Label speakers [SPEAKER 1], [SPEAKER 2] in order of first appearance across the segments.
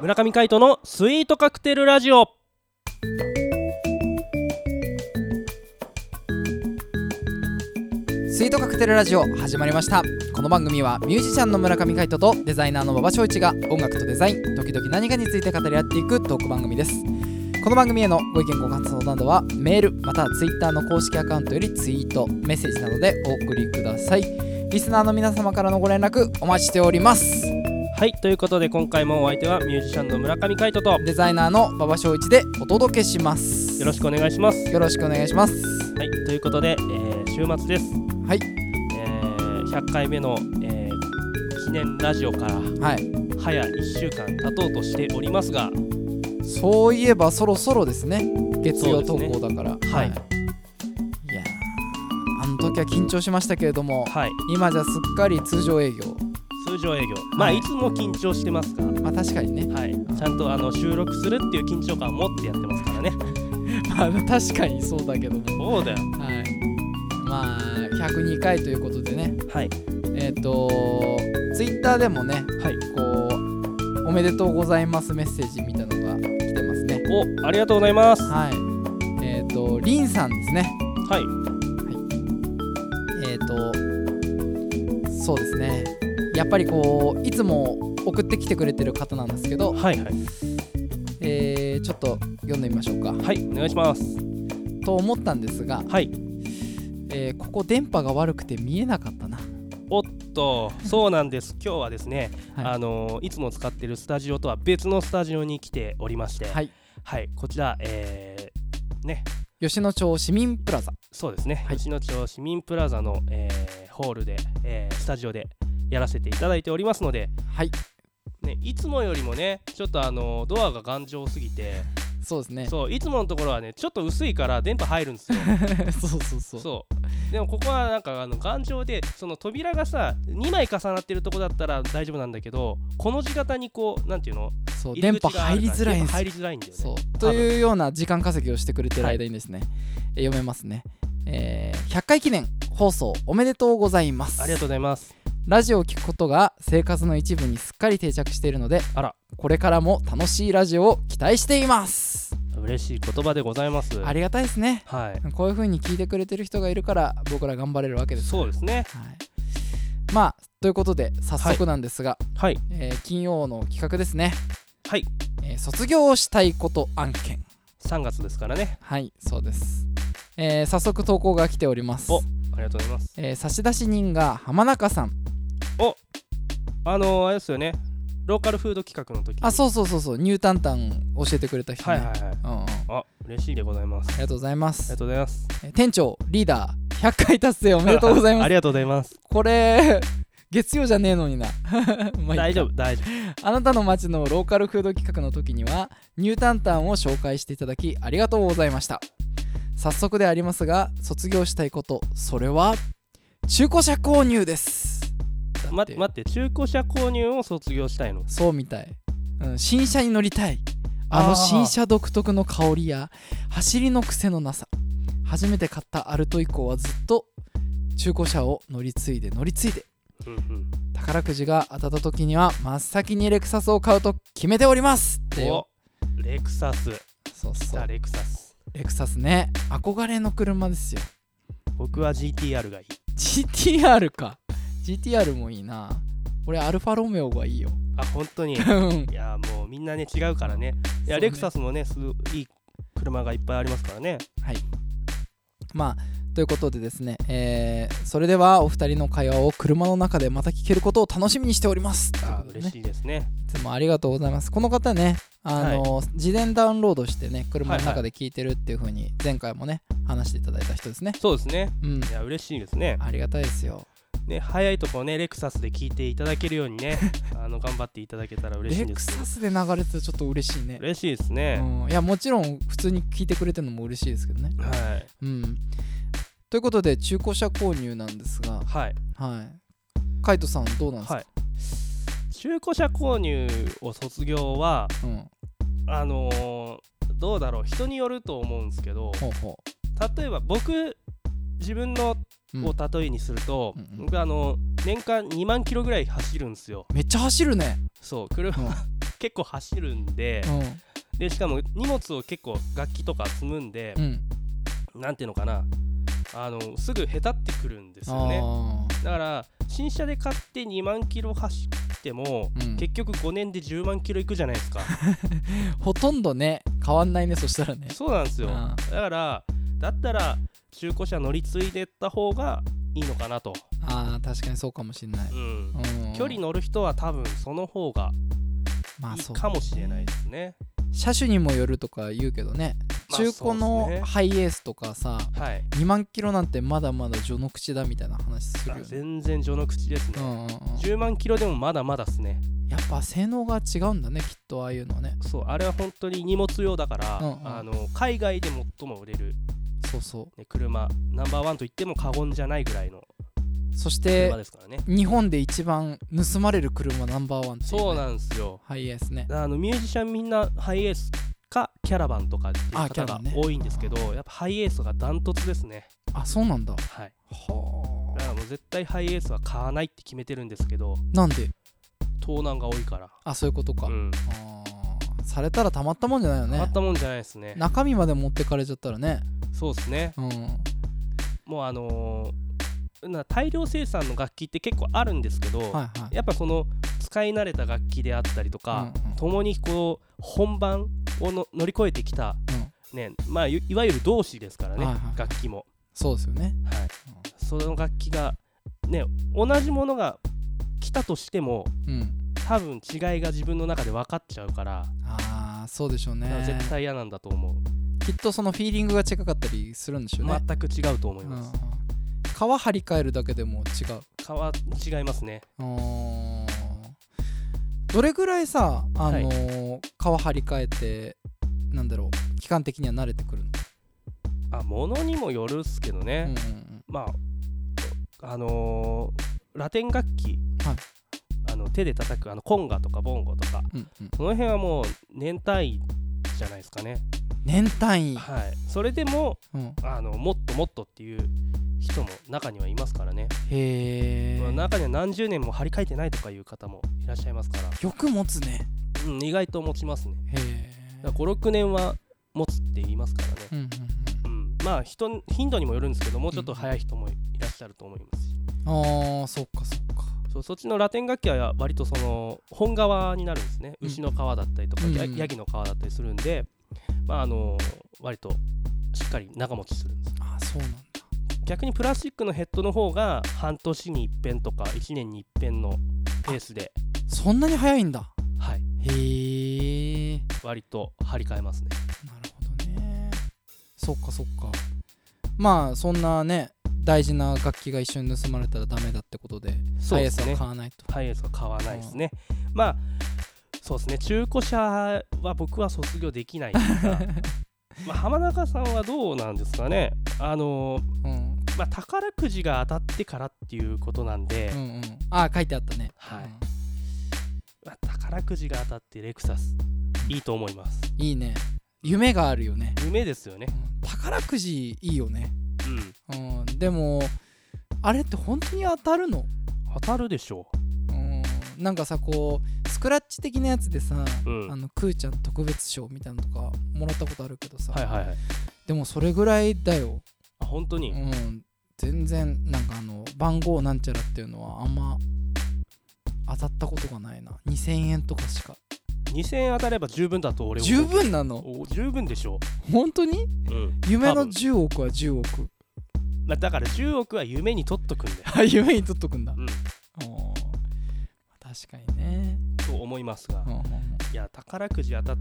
[SPEAKER 1] 村上海人のスイートカクテルラジオ
[SPEAKER 2] スイートカクテルラジオ始まりましたこの番組はミュージシャンの村上海人とデザイナーの馬場翔一が音楽とデザイン時々何かについて語り合っていくトーク番組ですこの番組へのご意見ご感想などはメールまたはツイッターの公式アカウントよりツイートメッセージなどでお送りくださいリスナーの皆様からのご連絡お待ちしております
[SPEAKER 1] はいということで今回もお相手はミュージシャンの村上海人と
[SPEAKER 2] デザイナーの馬場翔一でお届けします
[SPEAKER 1] よろしくお願いします
[SPEAKER 2] よろしくお願いします
[SPEAKER 1] はいということで、えー週末です
[SPEAKER 2] はい
[SPEAKER 1] えー100回目の、えー記念ラジオから
[SPEAKER 2] はい
[SPEAKER 1] 早1週間経とうとしておりますが
[SPEAKER 2] そういえばそろそろですね月曜
[SPEAKER 1] そ
[SPEAKER 2] 投
[SPEAKER 1] うですね
[SPEAKER 2] 稿だから、
[SPEAKER 1] はい
[SPEAKER 2] いやーあの時は緊張しましたけれども
[SPEAKER 1] はい
[SPEAKER 2] 今じゃすっかり通常営業
[SPEAKER 1] 通常営業まあ、、
[SPEAKER 2] はいい
[SPEAKER 1] つも緊張してますが
[SPEAKER 2] まあ確かに ね
[SPEAKER 1] はいちゃんとあの収録するっていう緊張感を持ってやってますからね
[SPEAKER 2] まあ確かにそうだけども
[SPEAKER 1] そうだよ
[SPEAKER 2] はいまあ102回ということでね
[SPEAKER 1] はい
[SPEAKER 2] えっ、とツイッターでもね
[SPEAKER 1] はい
[SPEAKER 2] こうおめでとうございますメッセージみたいのが来てますね
[SPEAKER 1] おありがとうございますは
[SPEAKER 2] はいえっ、とりんさんですね
[SPEAKER 1] い
[SPEAKER 2] えっ、とそうですねやっぱりこういつも送ってきてくれてる方なんですけど、
[SPEAKER 1] はいはい
[SPEAKER 2] えーちょっと読んでみましょうか
[SPEAKER 1] はいお願いします
[SPEAKER 2] と思ったんですが、
[SPEAKER 1] はい
[SPEAKER 2] えーここ電波が悪くて見えなかったな
[SPEAKER 1] おっとそうなんです今日はですね、
[SPEAKER 2] はい
[SPEAKER 1] あのーいつも使ってるスタジオとは別のスタジオに来ておりまして
[SPEAKER 2] はい
[SPEAKER 1] はいこちらえー、ね
[SPEAKER 2] 吉野町市民プラザ
[SPEAKER 1] そうですね、
[SPEAKER 2] はい
[SPEAKER 1] 吉野町市民プラザの、えーホールで、えースタジオでやらせていただいておりますので、
[SPEAKER 2] はい
[SPEAKER 1] ね、いつもよりもねちょっとあのドアが頑丈すぎて
[SPEAKER 2] そうですね
[SPEAKER 1] そういつものところはねちょっと薄いから電波入るんですよ
[SPEAKER 2] そうそうそう
[SPEAKER 1] そうでもここはなんかあの頑丈でその扉がさ2枚重なってるとこだったら大丈夫なんだけどこの字型にこうなんていうの
[SPEAKER 2] そう
[SPEAKER 1] 入
[SPEAKER 2] 電
[SPEAKER 1] り
[SPEAKER 2] 波
[SPEAKER 1] 口がある
[SPEAKER 2] 入り
[SPEAKER 1] から
[SPEAKER 2] づらいん
[SPEAKER 1] 電
[SPEAKER 2] で
[SPEAKER 1] 波
[SPEAKER 2] す
[SPEAKER 1] 入
[SPEAKER 2] よ
[SPEAKER 1] りづらいんだよね
[SPEAKER 2] そう
[SPEAKER 1] 多
[SPEAKER 2] と
[SPEAKER 1] 分
[SPEAKER 2] いうような時間稼ぎをしてくれてる間にですね、えー読めますね、えー100回記念放送おめでとうございます
[SPEAKER 1] ありがとうございます
[SPEAKER 2] ラジオを聞くことが生活の一部にすっかり定着しているので
[SPEAKER 1] あら
[SPEAKER 2] これからも楽しいラジオを期待しています
[SPEAKER 1] 嬉しい言葉でございます
[SPEAKER 2] ありがたいですね
[SPEAKER 1] はい
[SPEAKER 2] こういう風に聞いてくれてる人がいるから僕ら頑張れるわけです、
[SPEAKER 1] そうですね
[SPEAKER 2] はい、まあということで早速なんですが、
[SPEAKER 1] はい
[SPEAKER 2] えー金曜の企画ですね、
[SPEAKER 1] はい
[SPEAKER 2] えー卒業したいこと案件
[SPEAKER 1] 3月ですからね
[SPEAKER 2] はいそうです、えー早速投稿が来ております
[SPEAKER 1] おありがとうございます
[SPEAKER 2] えー差出人が浜中さん
[SPEAKER 1] あのー、あれですよねローカルフード企画の時に
[SPEAKER 2] あそうそうそうそうニュータンタン教えてくれた人、ね
[SPEAKER 1] はいはいはい
[SPEAKER 2] うんうん、あ
[SPEAKER 1] あ嬉しいでございますあ
[SPEAKER 2] りがとうございます
[SPEAKER 1] りがとうございます
[SPEAKER 2] えー店長リーダー100回達成おめでとうございま
[SPEAKER 1] あ
[SPEAKER 2] す
[SPEAKER 1] りがとうございます
[SPEAKER 2] これ月曜じゃねえのにな まあい
[SPEAKER 1] 大
[SPEAKER 2] いか
[SPEAKER 1] 丈夫大丈
[SPEAKER 2] あなたの街のローカルフード企画の時にはニュータンタンを紹介していただきありがとうございました早速でありますが卒業したいことそれは中古車購入です
[SPEAKER 1] 夫待って待って中古車購入を卒業したいの
[SPEAKER 2] そうみたい、うん、新車に乗りたいあ
[SPEAKER 1] あー
[SPEAKER 2] の新車独特の香りや走りの癖のなさ初めて買ったアルト以降はずっと中古車を乗り継いで乗り継いで
[SPEAKER 1] うんうん
[SPEAKER 2] 宝くじが当たった時には真っ先にレクサスを買うと決めておりますってよ
[SPEAKER 1] おレクサス
[SPEAKER 2] そう
[SPEAKER 1] 来
[SPEAKER 2] そ
[SPEAKER 1] た
[SPEAKER 2] う
[SPEAKER 1] レクサス
[SPEAKER 2] レクサスね憧れの車ですよ
[SPEAKER 1] 僕は GTR がいい
[SPEAKER 2] GTR か GTR もいいな俺アルファロメオがいいよ
[SPEAKER 1] あ本当 にい
[SPEAKER 2] うん
[SPEAKER 1] やもうみんなね違うからねいや
[SPEAKER 2] そうね
[SPEAKER 1] レクサスもねすごいいい車がいっぱいありますからね
[SPEAKER 2] はい。まあということでですね、えーそれではお二人の会話を車の中でまた聞けることを楽しみにしております。
[SPEAKER 1] あ
[SPEAKER 2] ということで
[SPEAKER 1] 嬉
[SPEAKER 2] ね
[SPEAKER 1] しいですね
[SPEAKER 2] いつもありがとうございます。この方ね、あの事前ダウンロードしてね、車の中で聞いてるっていう風に前回もね話していただいた人ですね。
[SPEAKER 1] そうですね
[SPEAKER 2] うん
[SPEAKER 1] い、や嬉しいですね
[SPEAKER 2] ありがたいですよ。
[SPEAKER 1] ね早いとこねレクサスで聞いていただけるように ねあの頑張っていただけたら嬉しい
[SPEAKER 2] レ
[SPEAKER 1] んで
[SPEAKER 2] ク
[SPEAKER 1] すけど
[SPEAKER 2] サスで流れてたらちょっと嬉しいね。
[SPEAKER 1] 嬉しいです
[SPEAKER 2] う
[SPEAKER 1] ね、
[SPEAKER 2] ん、いやもちろん普通に聞いてくれてるのも嬉しいですけどね。
[SPEAKER 1] はい
[SPEAKER 2] うん、ということで中古車購入なんですが、
[SPEAKER 1] はい
[SPEAKER 2] はい、カイトさんどうなんですか、
[SPEAKER 1] はい中古車購入を卒業は
[SPEAKER 2] うん
[SPEAKER 1] あのーどうだろう人によると思うんですけど
[SPEAKER 2] ほうほ
[SPEAKER 1] 例えば僕自分の
[SPEAKER 2] うん
[SPEAKER 1] を例えにすると、
[SPEAKER 2] うんうん
[SPEAKER 1] 僕あの年間2万キロぐらい走るんですよ
[SPEAKER 2] めっちゃ走るね、
[SPEAKER 1] そう車
[SPEAKER 2] うん
[SPEAKER 1] 結構走るんで
[SPEAKER 2] う
[SPEAKER 1] でしかも荷物を結構楽器とか積むんで
[SPEAKER 2] んうん、
[SPEAKER 1] なんていうのかなあのすぐへたってくるんですよね
[SPEAKER 2] あ
[SPEAKER 1] だから新車で買って2万キロ走っても、
[SPEAKER 2] うん
[SPEAKER 1] 結局5年で10万キロいくじゃないです か
[SPEAKER 2] ーほとんどね変わんないねそしたらね
[SPEAKER 1] そうなんですよ
[SPEAKER 2] あ
[SPEAKER 1] だからだったら中古車乗り継いでった方がいいのかなと、
[SPEAKER 2] あー確かにそうかもしれない、
[SPEAKER 1] うん
[SPEAKER 2] うん、
[SPEAKER 1] 距離乗る人は多分その方が
[SPEAKER 2] まあ
[SPEAKER 1] い
[SPEAKER 2] そ
[SPEAKER 1] いうかもしれないですね。
[SPEAKER 2] 車種にもよるとか言うけどね
[SPEAKER 1] まあ
[SPEAKER 2] 中古
[SPEAKER 1] そうです
[SPEAKER 2] の
[SPEAKER 1] ね
[SPEAKER 2] ハイエースとかさ
[SPEAKER 1] はい、
[SPEAKER 2] 2万キロなんてまだまだ序の口だみたいな話す
[SPEAKER 1] あ
[SPEAKER 2] るよね、
[SPEAKER 1] 全然序の口です
[SPEAKER 2] うん
[SPEAKER 1] ね。
[SPEAKER 2] うんうん、
[SPEAKER 1] 10万キロでもまだまだですね。
[SPEAKER 2] やっぱ性能が違うんだねきっとああいうのはね
[SPEAKER 1] そうあれは本当に荷物用だから、
[SPEAKER 2] うんうん
[SPEAKER 1] あの海外で最も売れる、
[SPEAKER 2] そうそ
[SPEAKER 1] ね、車ナンバーワンと言っても過言じゃないぐらいの
[SPEAKER 2] うそし
[SPEAKER 1] 車
[SPEAKER 2] て
[SPEAKER 1] ですからね。
[SPEAKER 2] 日本で一番盗まれる車ナンバーワンっていうね、
[SPEAKER 1] そうなんですよ。
[SPEAKER 2] ハイエースね
[SPEAKER 1] あのミュージシャンみんなハイエースかキャラバンとかっていう
[SPEAKER 2] あキャ
[SPEAKER 1] 方
[SPEAKER 2] ラバ
[SPEAKER 1] が
[SPEAKER 2] ンね
[SPEAKER 1] 多いんですけど、やっぱハイエースがダントツですね。
[SPEAKER 2] あそうなんだ
[SPEAKER 1] はい。だ
[SPEAKER 2] は
[SPEAKER 1] からもう絶対ハイエースは買わないって決めてるんですけど、
[SPEAKER 2] あなんで
[SPEAKER 1] 盗難が多いから。
[SPEAKER 2] あそういうことか、
[SPEAKER 1] うん。
[SPEAKER 2] あーされたらたまったもんじゃないよ
[SPEAKER 1] 変わ
[SPEAKER 2] ね
[SPEAKER 1] ったもんじゃないですね。
[SPEAKER 2] 中身まで持ってかれちゃったらね
[SPEAKER 1] そうですね。
[SPEAKER 2] うん
[SPEAKER 1] もうあのーな大量生産の楽器って結構あるんですけど、
[SPEAKER 2] はいはい
[SPEAKER 1] やっぱその使い慣れた楽器であったりとか、
[SPEAKER 2] うんうん
[SPEAKER 1] 共にこう本番をの乗り越えてきた、
[SPEAKER 2] うん
[SPEAKER 1] ねまあ、いいわゆる同士ですからね、
[SPEAKER 2] はいはい
[SPEAKER 1] 楽器も、
[SPEAKER 2] そうですよね
[SPEAKER 1] はいその楽器が、ね、同じものが来たとしても
[SPEAKER 2] うん
[SPEAKER 1] 多分違いが自分の中で分かっちゃうから
[SPEAKER 2] ああそうでしょうね
[SPEAKER 1] だから絶対嫌なんだと思う、
[SPEAKER 2] きっとそのフィーリングが違かったりするんでしょうね、
[SPEAKER 1] 全く違うと思い
[SPEAKER 2] うんうん
[SPEAKER 1] ます、
[SPEAKER 2] 皮張り替えるだけでも違う
[SPEAKER 1] 皮違いますね
[SPEAKER 2] うーんどれぐらいさあのー皮張り替えてなんだろう期間的には慣れてくるの、
[SPEAKER 1] あ物にもよるっすけどね、
[SPEAKER 2] うんうん
[SPEAKER 1] まああのーラテン楽器、
[SPEAKER 2] はい
[SPEAKER 1] あの手で叩くあのコンガとかボンゴとか
[SPEAKER 2] うんうんうん
[SPEAKER 1] その辺はもう年単位じゃないですかね、
[SPEAKER 2] 年単位、
[SPEAKER 1] はい、それでも
[SPEAKER 2] うん、
[SPEAKER 1] あのもっともっとっていう人も中にはいますからね、
[SPEAKER 2] へ
[SPEAKER 1] まあ
[SPEAKER 2] え
[SPEAKER 1] 中には何十年も張り替えてないとかいう方もいらっしゃいますから、
[SPEAKER 2] よく持つね
[SPEAKER 1] うん、意外と持ちますね
[SPEAKER 2] へえ、
[SPEAKER 1] 56年は持つって言いますからね、
[SPEAKER 2] うんうんうん、
[SPEAKER 1] うん、まあ人頻度にもよるんですけどもうちょっと早い人もいらっしゃると思いますし
[SPEAKER 2] あーそっかそっか
[SPEAKER 1] そうそっちのラテン楽器は割とその本革になるんですね
[SPEAKER 2] うん
[SPEAKER 1] 牛の皮だったりとか、
[SPEAKER 2] うん
[SPEAKER 1] ヤヤギの皮だったりするんで、まあ、あの割としっかり長持ちするんです
[SPEAKER 2] あーそうなんだ
[SPEAKER 1] 逆にプラスチックのヘッドの方が半年に一遍とか1年に一遍のペースで、
[SPEAKER 2] そんなに早いんだ
[SPEAKER 1] はい、
[SPEAKER 2] へえな
[SPEAKER 1] 割と張り替えますね
[SPEAKER 2] るほどねそっかそっかまあそんなね大事な楽器が一緒に盗まれたらダメだってことで
[SPEAKER 1] そう
[SPEAKER 2] ハイエ
[SPEAKER 1] で
[SPEAKER 2] ース
[SPEAKER 1] す
[SPEAKER 2] は
[SPEAKER 1] ね
[SPEAKER 2] 買わないと
[SPEAKER 1] ハイエースは買わないですね、まあそうですね中古車は僕は卒業できないです がまあ浜中さんはどうなんですかねあの
[SPEAKER 2] うん
[SPEAKER 1] まあ、宝くじが当たってからっていうことなんで、
[SPEAKER 2] うんうん、ああ書いてあったね、
[SPEAKER 1] はい
[SPEAKER 2] うん
[SPEAKER 1] まあ宝くじが当たってレクサスいいと思います
[SPEAKER 2] いいね夢があるよね、
[SPEAKER 1] 夢ですよね
[SPEAKER 2] うん宝くじいいよね、
[SPEAKER 1] うん
[SPEAKER 2] うん、でもあれって本当に当たるの、
[SPEAKER 1] 当たるでしょ
[SPEAKER 2] うん、なんかさこうスクラッチ的なやつでさ、
[SPEAKER 1] うん
[SPEAKER 2] あのクーちゃん特別賞みたいなのとかもらったことあるけどさ、
[SPEAKER 1] うはいはいはい
[SPEAKER 2] でもそれぐらいだよ、
[SPEAKER 1] あ本当
[SPEAKER 2] う
[SPEAKER 1] に、
[SPEAKER 2] ん、全然なんかあの番号なんちゃらっていうのはあんま当たったことがないな2000円とかしか
[SPEAKER 1] 2000円当たれば十分だと俺は
[SPEAKER 2] 十分なの
[SPEAKER 1] お十分でしょ
[SPEAKER 2] 本当に
[SPEAKER 1] う、うん
[SPEAKER 2] 夢
[SPEAKER 1] 多
[SPEAKER 2] の
[SPEAKER 1] 分
[SPEAKER 2] 10億は10億
[SPEAKER 1] まあ、だから10億は夢に取っとくんだよ、
[SPEAKER 2] あ夢に取っとくんだ
[SPEAKER 1] うん、
[SPEAKER 2] おー確かにね、
[SPEAKER 1] と思いますが、
[SPEAKER 2] うん
[SPEAKER 1] い
[SPEAKER 2] うんうん
[SPEAKER 1] や宝くじ当たっ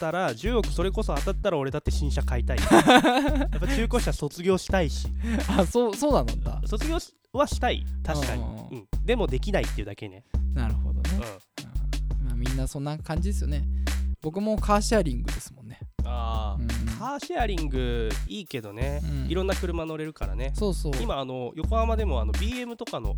[SPEAKER 1] たら10億それこそ当たったら俺だって新車買いたい やっぱ中古車卒業したいし
[SPEAKER 2] あそうそうなんだ
[SPEAKER 1] 卒業しはしたい確かに、
[SPEAKER 2] う
[SPEAKER 1] うん
[SPEAKER 2] うんうん
[SPEAKER 1] ん、でもできないっていうだけね、
[SPEAKER 2] なるほどね、
[SPEAKER 1] うん、
[SPEAKER 2] うんまあ、みんなそんな感じですよね僕もカーシェアリングですもんね、
[SPEAKER 1] ああ、
[SPEAKER 2] うん
[SPEAKER 1] カーシェアリングいいけどね、
[SPEAKER 2] うん
[SPEAKER 1] いろんな車乗れるからね
[SPEAKER 2] そうそう
[SPEAKER 1] 今あの横浜でもあの BM とかの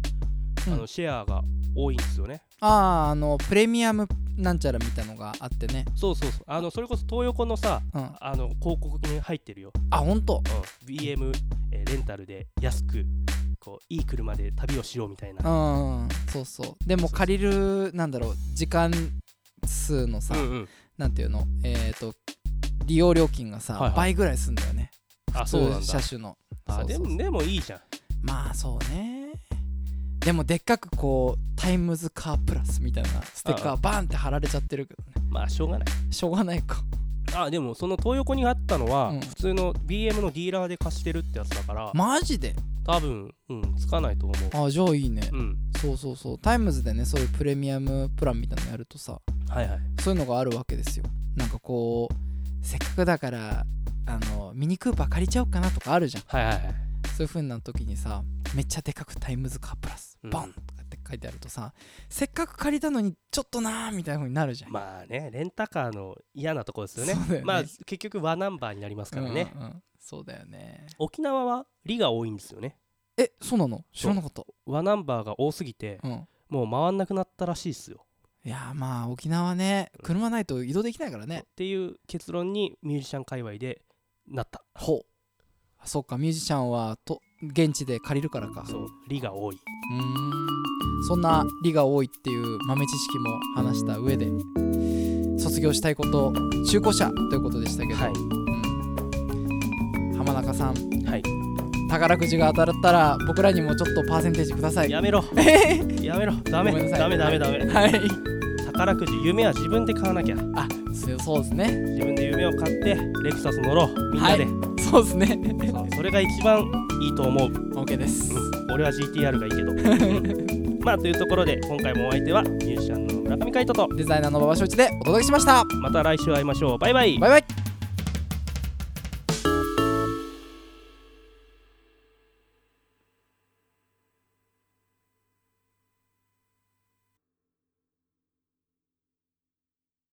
[SPEAKER 1] あ
[SPEAKER 2] うん
[SPEAKER 1] のシェアが多いんですよね、
[SPEAKER 2] あああのプレミアムなんちゃらみたいのがあってね、
[SPEAKER 1] そうそうそうあのそれこそ東横のさ
[SPEAKER 2] うん、
[SPEAKER 1] あの広告に入ってるよ、
[SPEAKER 2] あ本当
[SPEAKER 1] うん、BM、えーレンタルで安くこういい車で旅をしようみたいな、
[SPEAKER 2] うんそうそうでも借りるなんだろう時間数のさ、
[SPEAKER 1] うんうん、
[SPEAKER 2] なんていうのえっ、と利用料金がさ、
[SPEAKER 1] はいはい
[SPEAKER 2] 倍ぐらいすんだよね
[SPEAKER 1] あそ
[SPEAKER 2] そ
[SPEAKER 1] う
[SPEAKER 2] う
[SPEAKER 1] なんだ
[SPEAKER 2] 車種の
[SPEAKER 1] あ
[SPEAKER 2] そうそう
[SPEAKER 1] で
[SPEAKER 2] そう
[SPEAKER 1] もでもいいじゃん
[SPEAKER 2] まあそうねでもでっかくこうタイムズカープラスみたいなステッカーバーンって貼られちゃってるけどね
[SPEAKER 1] まあしょうがない
[SPEAKER 2] しょうがないか
[SPEAKER 1] あでもその東横にあったのは、
[SPEAKER 2] うん
[SPEAKER 1] 普通の BM のディーラーで貸してるってやつだから、
[SPEAKER 2] マジで
[SPEAKER 1] 多分、うん、つかないと思う
[SPEAKER 2] あじゃあいいね、
[SPEAKER 1] うん
[SPEAKER 2] そうそうそうタイムズでねそういうプレミアムプランみたいなのやるとさ
[SPEAKER 1] はいはい
[SPEAKER 2] そういうのがあるわけですよなんかこうせっかくだからあのミニクーパー借りちゃおうかなとかあるじゃん
[SPEAKER 1] はいはいはい
[SPEAKER 2] そういう風な時にさめっちゃでかくタイムズカープラス
[SPEAKER 1] うん
[SPEAKER 2] ボンとかって書いてあるとさ、せっかく借りたのにちょっとなーみたいな風になるじゃん、
[SPEAKER 1] まあねレンタカーの嫌なところですよね
[SPEAKER 2] そうだよね
[SPEAKER 1] まあ結局和ナンバーになりますからね、
[SPEAKER 2] うんうんうんそうだよね
[SPEAKER 1] 沖縄は利が多いんですよね
[SPEAKER 2] えそうなの知らなかった
[SPEAKER 1] 和ナンバーが多すぎて
[SPEAKER 2] う、ん
[SPEAKER 1] もう回んなくなったらしいですよ
[SPEAKER 2] いやーまあ沖縄ね車ないと移動できないからね
[SPEAKER 1] っていう結論にミュージシャン界隈でなった
[SPEAKER 2] ほうあそっかミュージシャンはと現地で借りるからか
[SPEAKER 1] そう利が多いう
[SPEAKER 2] ーんそんな「理が多い」っていう豆知識も話した上で卒業したいこと中古車ということでしたけど、
[SPEAKER 1] はい
[SPEAKER 2] うん浜中さん
[SPEAKER 1] はい
[SPEAKER 2] 宝くじが当たったら僕らにもちょっとパーセンテージください
[SPEAKER 1] やめろ やめろダメ
[SPEAKER 2] ごめんなさい
[SPEAKER 1] ダメダメダメ
[SPEAKER 2] はい
[SPEAKER 1] 宝くじ夢は自分で買わなきゃ
[SPEAKER 2] あそうそうですね
[SPEAKER 1] 自分で夢を買ってレクサス乗ろうみんなで、
[SPEAKER 2] そうですね
[SPEAKER 1] そうそれが一番いいと思う
[SPEAKER 2] OK です
[SPEAKER 1] うん俺は GTR がいいけどう んまあというところで今回もお相手はミュージシャンの村上海人と
[SPEAKER 2] デザイナーの馬場正一でお届けしました
[SPEAKER 1] また来週会いましょうバイバイ
[SPEAKER 2] バイバイ